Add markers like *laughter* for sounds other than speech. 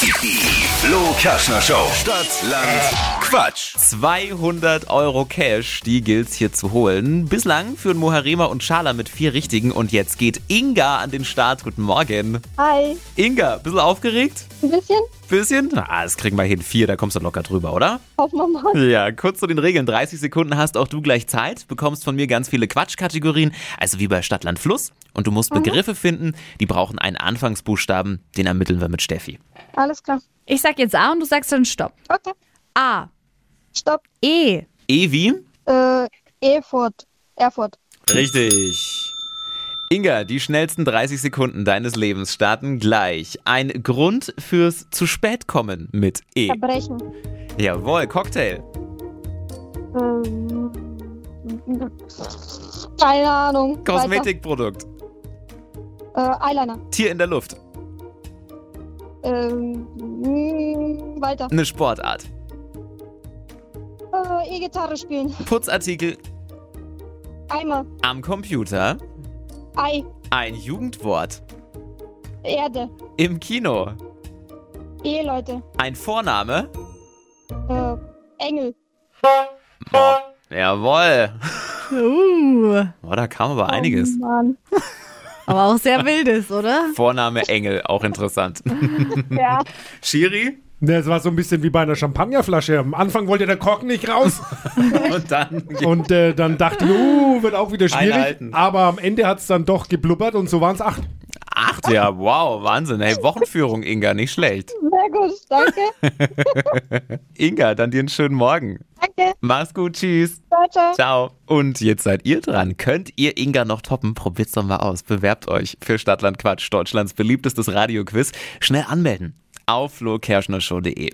Die Flo Kaschner Show. Stadt, Land, Quatsch. 200 Euro Cash, die gilt's hier zu holen. Bislang führen Moharema und Schala mit vier Richtigen und jetzt geht Inga an den Start. Guten Morgen. Hi, Inga, bisschen aufgeregt? ein bisschen? Bisschen? Ah, das kriegen wir hin. Vier, da kommst du locker drüber, oder? Hoffen wir mal. Ja, kurz zu den Regeln. 30 Sekunden hast auch du gleich Zeit, bekommst von mir ganz viele Quatschkategorien, also wie bei Stadtland Fluss. Und du musst Begriffe finden, die brauchen einen Anfangsbuchstaben, den ermitteln wir mit Steffi. Alles klar. Ich sag jetzt A und du sagst dann Stopp. Okay, A. stopp. E. Evi? Äh, Erfurt. Erfurt. Richtig. Inga, die schnellsten 30 Sekunden deines Lebens starten gleich. Ein Grund fürs zu spät kommen mit E. Verbrechen. Jawohl, Cocktail. Ähm, keine Ahnung. Kosmetikprodukt. Weiter. Äh, Eyeliner. Tier in der Luft. Ähm, mh, weiter. Eine Sportart. Äh, E-Gitarre spielen. Putzartikel Eimer. am Computer. Ei. Ein Jugendwort. Erde. Im Kino. Eheleute. Ein Vorname. Äh, Engel. Jawohl. Uh, Boah, da kam aber einiges. Mann. aber auch sehr wildes, oder? Vorname Engel, auch interessant. *laughs* Ja. Schiri? Ne, es war so ein bisschen wie bei einer Champagnerflasche. Am Anfang wollte der Korken nicht raus Und dann und äh, dann dachten wir, uh, wird auch wieder schwierig. Einhalten. Aber am Ende hat es dann doch geblubbert und so waren es acht. Acht, ja, wow, Wahnsinn. Hey, Wochenführung, Inga, nicht schlecht. Sehr gut. Danke. Inga, dann dir einen schönen Morgen. Danke. Mach's gut, tschüss. Ciao, ciao. Ciao. Und jetzt seid ihr dran. Könnt ihr Inga noch toppen? Probiert's doch mal aus. Bewerbt euch für Stadtland Quatsch, Deutschlands beliebtestes Radioquiz. Schnell anmelden auf flokerschnershow.de.